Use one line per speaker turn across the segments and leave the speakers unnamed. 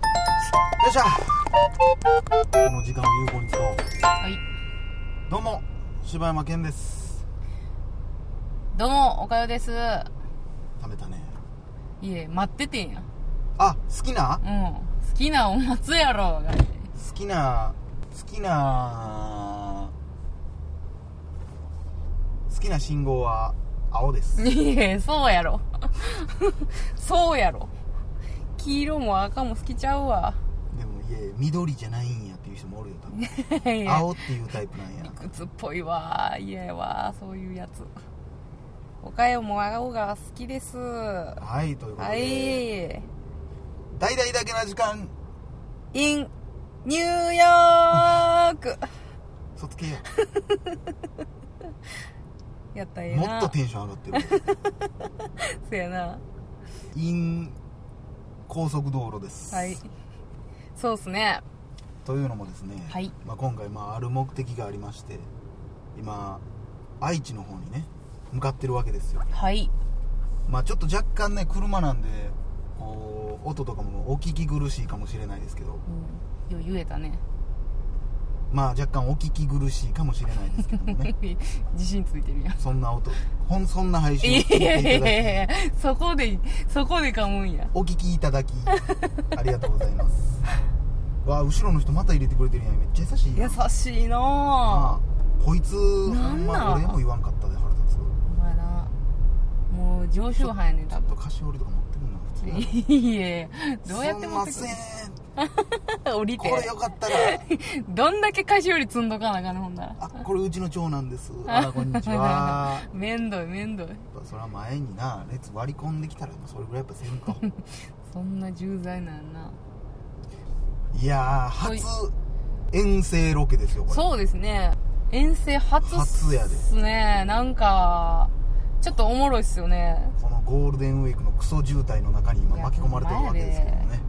よいしょこの時間を有効に使おう
はい。
どうも柴山健です
どうも、おかよです。
食べたね
いえ、待っててんや。
あ好きな
うん。好きなお待つやろ。が
好きな好きな好きな信号は青です
いえ、そうやろ。 そうやろ。黄色も赤も好きちゃうわ。
でもいえ緑じゃないんやっていう人もおるよ多分
いえ
青っていうタイプなんや
理屈っぽいわ。いえわ、そういうやつ。おかよも青が好きです。は
はいということで、
い。
大々だけな時間
in ニューヨーク。
そつけよ
やったらええ
も
な。
っとテンション上がって る
そやな。
イン高速道路です、
はい。そうっすね。
というのもですね、
はい
まあ、今回まあある目的がありまして今愛知の方にね向かってるわけですよ
はい。
まあちょっと若干ね車なんでこう音とかもお聞き苦しいかもしれないですけど
うん、よう言えたね
まあ若干お聞き苦しいかもしれないですけども ね
自信ついて るやん
そんな音ほんそんな配信を
い
聞いてい
やい
た
やい
だき
やいやそこでそこで噛むんや
お聞きいただきありがとうござい ますわあ後ろの人また入れてくれてるやんめっちゃ優しいや
優
ん
しいな
ああこいつ
な
ほん
んなん
ま俺も言わんかったで腹立つ
あまあなもう常習犯やねん
ち
多
ょっと
分
菓子折りとか持ってくんな普通に
いえどうやって持って
す
く
んません
る降り
これ
て
よかったら
どんだけ菓子より積んどかなあかんのほんなら
あこれうちの長男 ですあらこんにちは
めんどいめんどい
やっぱそれは前にな列割り込んできたらもうそれぐらいやっぱせんと
そんな重罪なんやない
やー
ほい
初遠征ロケですよこれ
そうですね遠征初っ
初やです
ねなんかちょっとおもろいっすよね
このゴールデンウィークのクソ渋滞の中に今
いや
巻き込まれてるわけですけど
ほんま
ね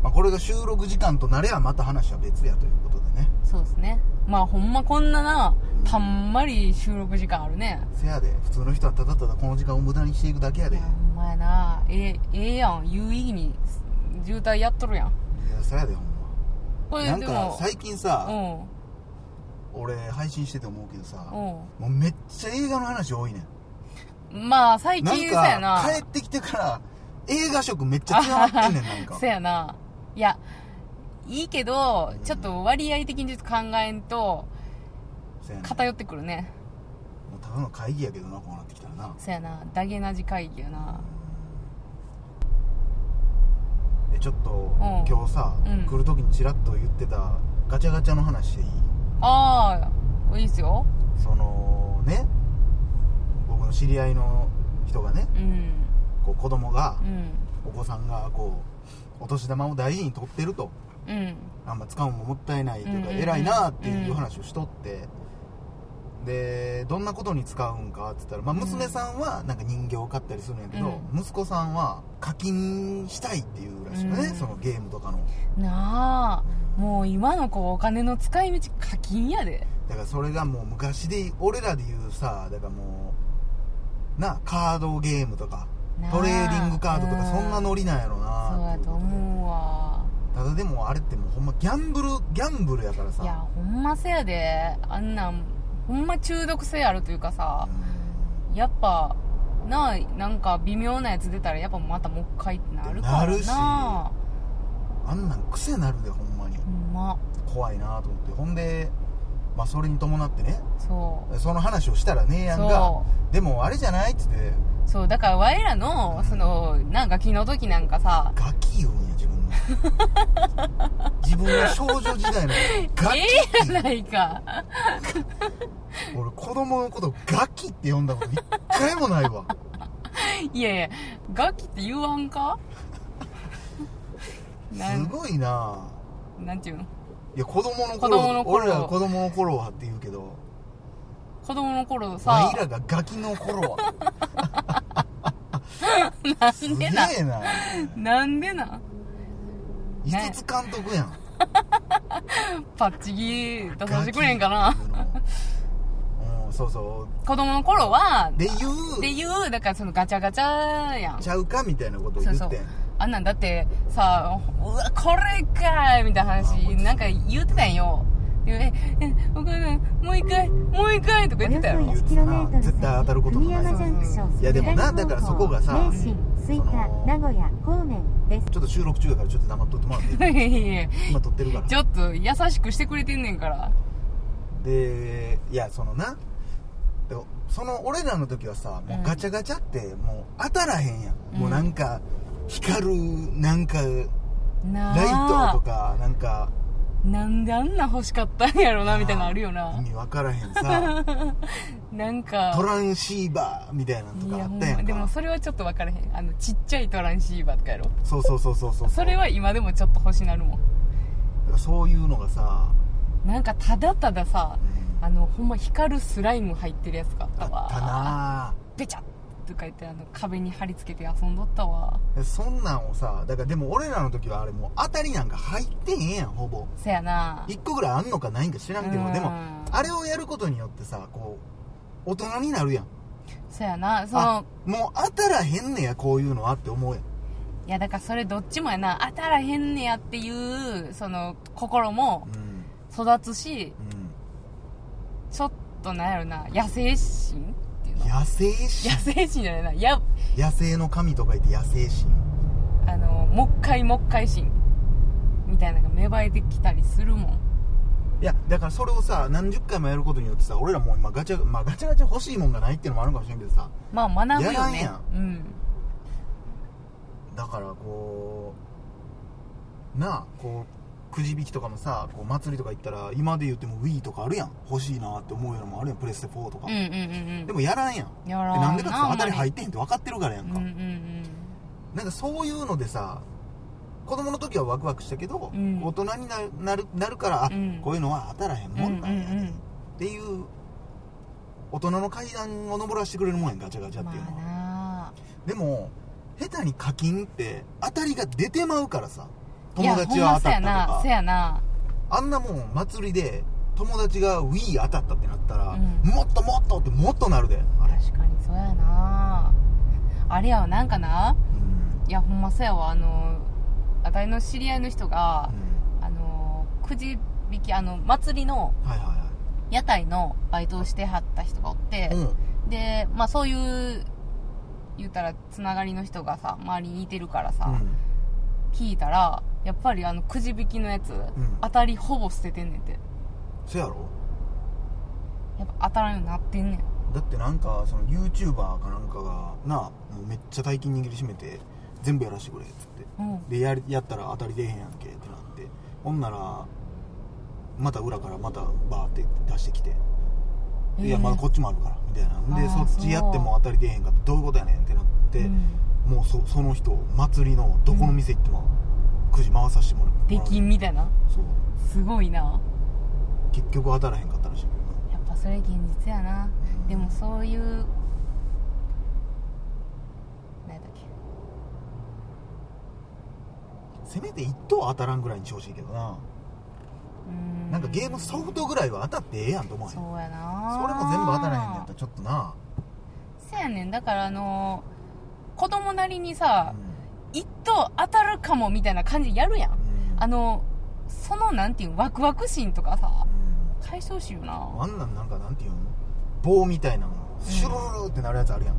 まあ、これが収録時間となればまた話は別やということでね
そうですねまあほんまこんななたんまり収録時間あるね
せやで普通の人はただただこの時間を無駄にしていくだけや
い
でい
や
や
ほんまやなええええやん有意義に渋滞やっとるやん
せやでほん
こ
ま
れ
なん
で
か
も
最近さ、
うん
俺配信してて思うけどさ、
う
もうめっちゃ映画の話多いね
んまあ最
んな
近
ん
そやな
か帰ってきてから映画色めっちゃ強まってんねん なんか
そやないやいいけどちょっと割合的にちょっと考えんと
せやねん
偏ってくるね
もうただの会議やけどなこうなってきたらな
そやなダゲなじ会議やな
えちょっと、
ん
今日さ、
うん
来る時にチラッと言ってたガチャガチャの話でいい
ああいいっすよ
そのね僕の知り合いの人がね
うん
こう子供が
う、ん
お子さんがこうお年玉を大事に取ってると
うん
あんま使うのももったいないというか、
うんうんうん
偉いなっていう話をしとって、でどんなことに使うんかって言ったら、まあ、
うん
娘さんはなんか人形を買ったりするんやけど、息子さんは課金したいっていうらしいのね、
うん
そのゲームとかの
なあもう今の子お金の使い道課金やで
だからそれがもう昔で俺らで言うさだからもうなカードゲームとか
なあ
トレーディングカードとか
う
そんなノリなんやろな
そうやと思うわ
ただでもあれってもうほんまギャンブルギャンブルやからさ
いやほんませやであんなんほんま中毒性あるというかさ
うん
やっぱなあなんか微妙なやつ出たらやっぱまたもう一回ってなるから
な
な
るしあんなん癖なるでほんまに
ほんま
怖いなと思ってほんで、まあ、それに伴ってね
そう
その話をしたらねえやんが
そ
でもあれじゃないっつって
うそうだから我らのそのなんか気の時なんかさ
ガキ言うんや自分の 自分の少女時代のガキ
ええやないか
俺子供のことガキって呼んだこと一回もないわ
いやいやガキって言わんか な
す
ん
ごいな
なんていうの
いや子供の頃
子供の頃
俺ら子供の頃はって言うけど
子供の頃さ
ワイらがガキの頃 は
な
す
ん
げ
で
え
な
な
なんでな
5つ監督やん
パッチギ出させてくれへんかな
ガキっていうのをうんそうそう
子供の頃は
で言う
でいうだからそのガチャガチャやん
ちゃうかみたいなことを言ってん
そうそうあんなんだってさうわこれかいみたいな
あも
話
う
なんか言うてたんよでええお母さんもう一回もう一回とか言ってたやろ
よ絶対当たることのないいやでもなだからそこがさ
名神、吹田、名古屋、方面です。
ちょっと収録中だからちょっと黙っとってもらっていい
いやいやいや
今撮ってるから
ちょっと優しくしてくれてんねんから
でいやそのなでもその俺らの時はさもうガチャガチャってもう当たらへんやん、もうなんか光るなんか
なあ
ライトとかなんか
なんであんな欲しかったんやろなみたいなのあるよ
意
な
味わからへん さ
なんか
トランシーバーみたいなのとかあったやんか
でもそれはちょっと分からへんあのちっちゃいトランシーバーとかやろ
そうそうそうそうそう
それは今でもちょっと欲しなるもん
だからそういうのがさ、
なんかただたださ
うん
あのほんま光るスライム入ってるやつがあった
あ
わ
ったな
ベチャッとか言ってあの壁に貼り付けて遊んどったわ
ぁそんなんをさだからでも俺らの時はあれもう当たりなんか入ってへんやんほぼ
せやな
1個ぐらいあんのかないんか知らんけ
う
ど
ん
でもあれをやることによってさこう大人になるやん
せやなそ
あ
の
もう当たらへんねやこういうのはって思うやん
いやだからそれどっちもやな当たらへんねやっていうその心も
うん
育つしちょっとなんやろな野生心っていう
うん
の
野生神
野生心じゃないなや
野生の神とか言って野生神
あのもっかいもっかい心みたいなのが芽生えてきたりするもん
いやだからそれをさ何十回もやることによってさ俺らもう今ガチャ、まあ、ガチャガチャ欲しいもんがないっていうのもあるかもしれんけどさ
まあ学
や
ぶ
ら
よ
ん
ね
や
うん
だからこうなあこうくじ引きとかもさこう祭りとか行ったら今で言っても Wii とかあるやん欲しいなって思うようなもんあるやんプレステ4とか、
うんうんうん
でもやらんやん
うんや
え
ら
なんでかってさ当たり入
っ
ってへんって分かってるからやん
うん
か、
うんうん
なんかそういうのでさ子供の時はワクワクしたけど、
うん
大人になるなるなるから、あ
うん
こういうのは当たらへんもんなんやね、
うんうんうん
っていう大人の階段を登らせてくれるもんやんガチャガチャっ
まあ
ていうのは、
な
でも下手に課金って当たりが出てまうからさ
いや
友達は当たったと
ほんま
か
そうやな
あんなもん祭りで友達が Wii 当たったってなったら、
うん
もっともっとってもっとなるであ
そうや
れ
な、確かにそうやなあれやわなんかな
うん
いやほんまそうやわあのあたりの知り合いの人が、あのくじ引きあの祭りの
うんはいは
屋台のバイトをしてはった人がおって、
いはいうん
でまあそういう言うたらつながりの人がさ周りにいてるからさ、聞いたらやっぱりあのくじ引きのやつ、
ん
当たりほぼ捨ててんねんて
そやろ
やっぱ当たらんようになってんねん
だってなんかその YouTuber かなんかがなあもうめっちゃ大金握りしめて全部やらしてくれっつって
うん
でやりやったら当たり出へんやんけってなってほんならまた裏からまたバーって出してきて「いや
うん
まだこっちもあるから」みたいなで
あー
そっちやっても当たり出へんかったどういうことやねんってなって、
うん
もうそその人祭りのどこの店行ってもくじ回させてもらう
出禁みたいな
そう
すごいな
結局当たらへんかったらしいけどな
やっぱそれ現実やなでもそういう何やったっけ
せめて1等当たらんぐらいにしてほしいけどな
うーん
なんかゲームソフトぐらいは当たってええやんと思わへんそ
そうやな
れも全部当たらへんのやったらちょっとな、
せやねんだからあのー子供なりにさ
うん
一等当たるかもみたいな感じやるやん
うん
あのそのなんていうんワクワク心とかさ解消しよう
うん
な
あんなんなんかなんていうの棒みたいなのシュルルルってなるやつあるやん、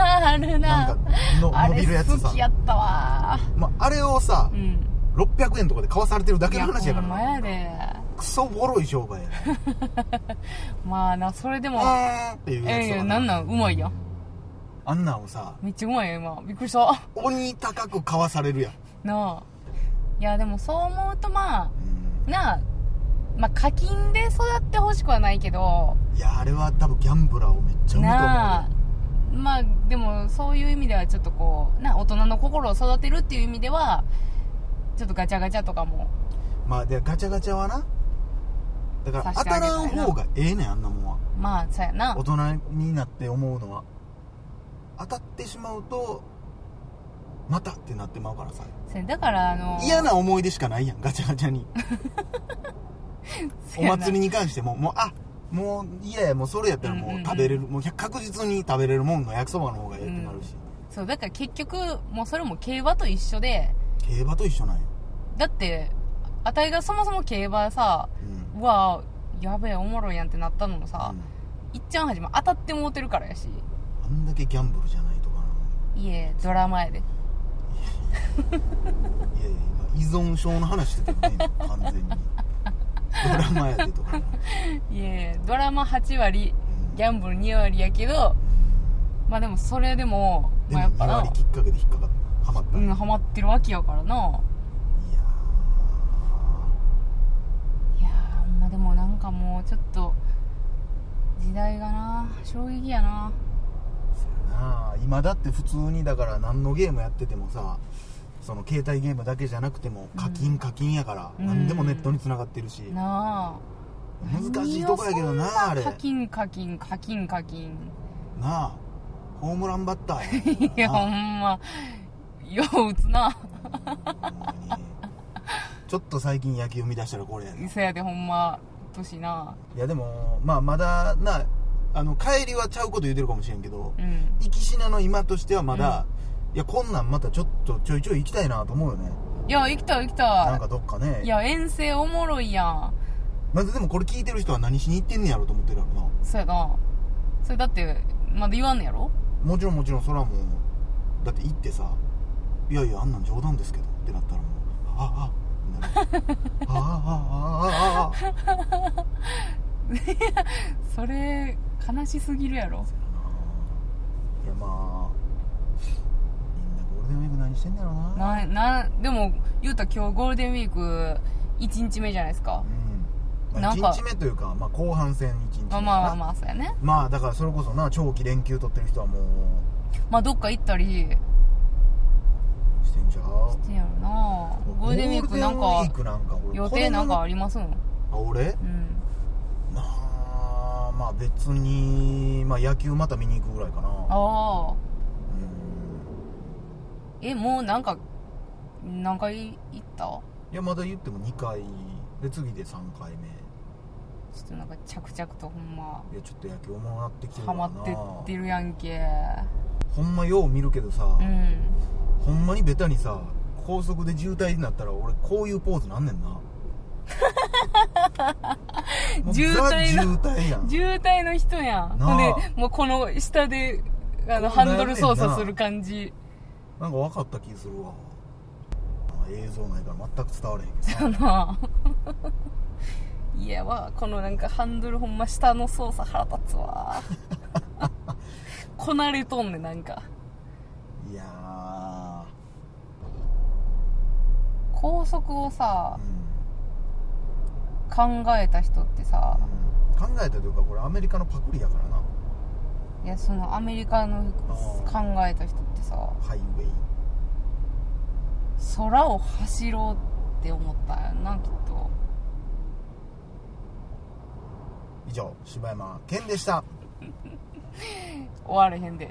あ
な
る
ん
な
かの
あ
伸び
れ
るやつ
好
さ
きやったわ
まあれをさ
う、ん
600円とかで買わされてるだけの話やからな
いやほんまやで
クソボロい商売やね
まあなそれで
え
も
ーっていうや
え
つ
え
とか
や
な
なんなんうまいやん
あんなんをさ
めっちゃうまいやん今びっくりした
鬼高く買わされるやん、
なあいやでもそう思うとまあなあまあ課金で育ってほしくはないけど
いやあれは多分ギャンブラーをめっちゃ生むと思うよ
なあまあでもそういう意味ではちょっとこうなあ大人の心を育てるっていう意味ではちょっとガチャガチャとかも
まあでガチャガチャはなだから
さ
当
してあ
た
げた
ら
いなん
方がええねんあんなもんは
まあそうやな
大人になって思うのは当たってしまうとまたってなってまうからさ
せだからあの
嫌な思い出しかないやんガチャガチャに
せ
お
やな
祭りに関してももうあもういやいやもうそれやったらも
んうん
う
う
んう食べれる、もう確実に食べれるもんの焼きそばの方がええってなるし、
そうだから結局もうそれも競馬と一緒で
競馬と一緒なんや
だってあたいがそもそも競馬さ
うん
うわやべえおもろいやんってなったのもさ
う、ん
いっちゃんはじめ当たってもうてるからやし
あんだけギャンブルじゃないとかない
えドラマやで
いやいや今依存症の話してたよね完全にドラマやでとかな、
いえドラマ8割
うん
ギャンブル2割やけどまあでもそれでも
で
ま
も
あ、やっぱ
2割
な
きっかけで引っかかったハマった、
う
い
ん
や
ハマってるわけやからないやーほんまでもなんかもうちょっと時代がな衝撃やな
ーそやな今だって普通にだから何のゲームやっててもさその携帯ゲームだけじゃなくても課金課金やから、
うん
何でもネットに繋がってるし、
なあ
難しいとこやけどな
何をそん
あれ
課金課金課金課金
なあホームランバッターや
いや
な
ほんまよう打つな
ほんまにちょっと最近野球見出したらこれやね
そやでほんま年ない
やでもまあまだなあの帰りはちゃうこと言うてるかもしれんけど
うん
行きしなの今としてはまだ、いやこんなんまたちょっとちょいちょい行きたいなと思うよね
いや生きた生き
なん
た
かどっかね
いや遠征おもろいやん
まずでもこれ聞いてる人は何しに行ってんねやろと思ってるやろな
そうやなそれだってまだ言わんのやろ
もちろんもちろんそらもうだって行ってさ「いやいやあんなん冗談ですけど」ってなったらもう「あああってなるあああああああああ
それ悲しすぎるやろ
いやまあみんなゴールデンウィーク何してんだろうな
ななでも言うたら今日ゴールデンウィーク1日目じゃないですか
うんまあ、
なんか
1日目というか、まあ、後半戦1日目
まあまあまあまあそうやね
まあだからそれこそな長期連休取ってる人はも
まあどっか行ったり
うしてんじゃう
してんやろなゴールデンウィークなん
ゴールデンウィー
か
クなんか俺
予定なんかありますん
あ俺
うん
なあまあ別に、まあ、野球また見に行くぐらいかな
ああ
うん
えもうなんか何回行ったちょ
いやまだ言っても2回で次で3回目
っとなんか着々とほんま
いやちょっと野球おもろなってきてる
ハ
からな
マってってるやんけ
ほんまよう見るけどさ、
うん
ほんまにベタにさ高速で渋滞になったら俺こういうポーズなんねん なもう
渋滞
ザ
の
渋滞やん
渋滞の人やん
なあ
ほんでもうこの下であの
こ
ハ
んなんやねんな
ンドル操作する感じ
なんか分かった気するわあ映像ないから全く伝われへんけ
だ
ど な
ないやわこのなんかハンドルほんま下の操作腹立 つわこなれとんねんなんか
いや
高速をさ
ー、う
考えた人ってさ
んうん、考えたというかこれアメリカのパクリやからない
やそのアメリカの
あ
考えた人ってさ
ハイウェイ
空を走ろうって思ったんやんなきっと
以上柴山健でした
終われへんで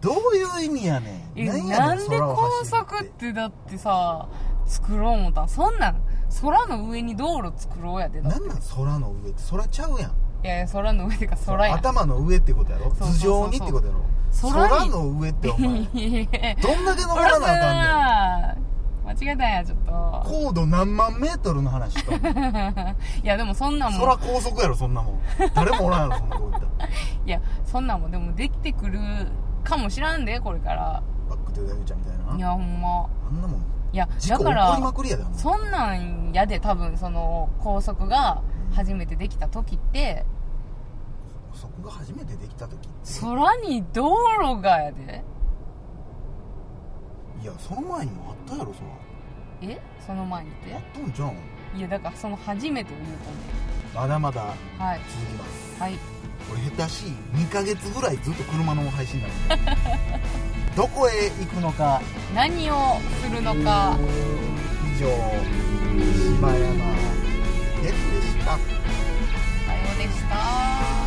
どういう意味やねん
え
何
な
や
ん
ねん
で
空を
高
走る
速ってだってさ作ろう思ったんそんなん空の上に道路作ろうやでだって
なんなん空の上って空ちゃうやん
いやいや空の上ってか空やん
頭の上ってことやろ
そうそう
頭
そうそう
上にってことやろ
空に
空の上ってお前
いやいや
どんだけ登
俺
ら
さ
なあ
間違えたんやちょっ
かん
と
ねん高度何万メートルの話 しとんねん
いやでもそんなんも
空高速やろそんなもん誰もおらんやろそんなとこ行ったら
いやそんなんもでもできてくるかもしらんでこれから
バック・トゥ・ザ・フューチャーみたいない
やほんま
あんなもん
いや
事
だ
故起こ
か
りま
ら
くりやであんなもん
そんなんやで多分その高速が初めてできた時って
そこが初めてできた時って
空に道路がやで
いやその前にもあったやろそら
えその前にっ
あってたんじゃうん
いやだからその初めてを言うと思
まだまだ
うはい
続きます
はい
これ下手しい2ヶ月ぐらいずっと車の配信なのどこへ行くのか
何をするのか
以上柴山哲でした
さようでした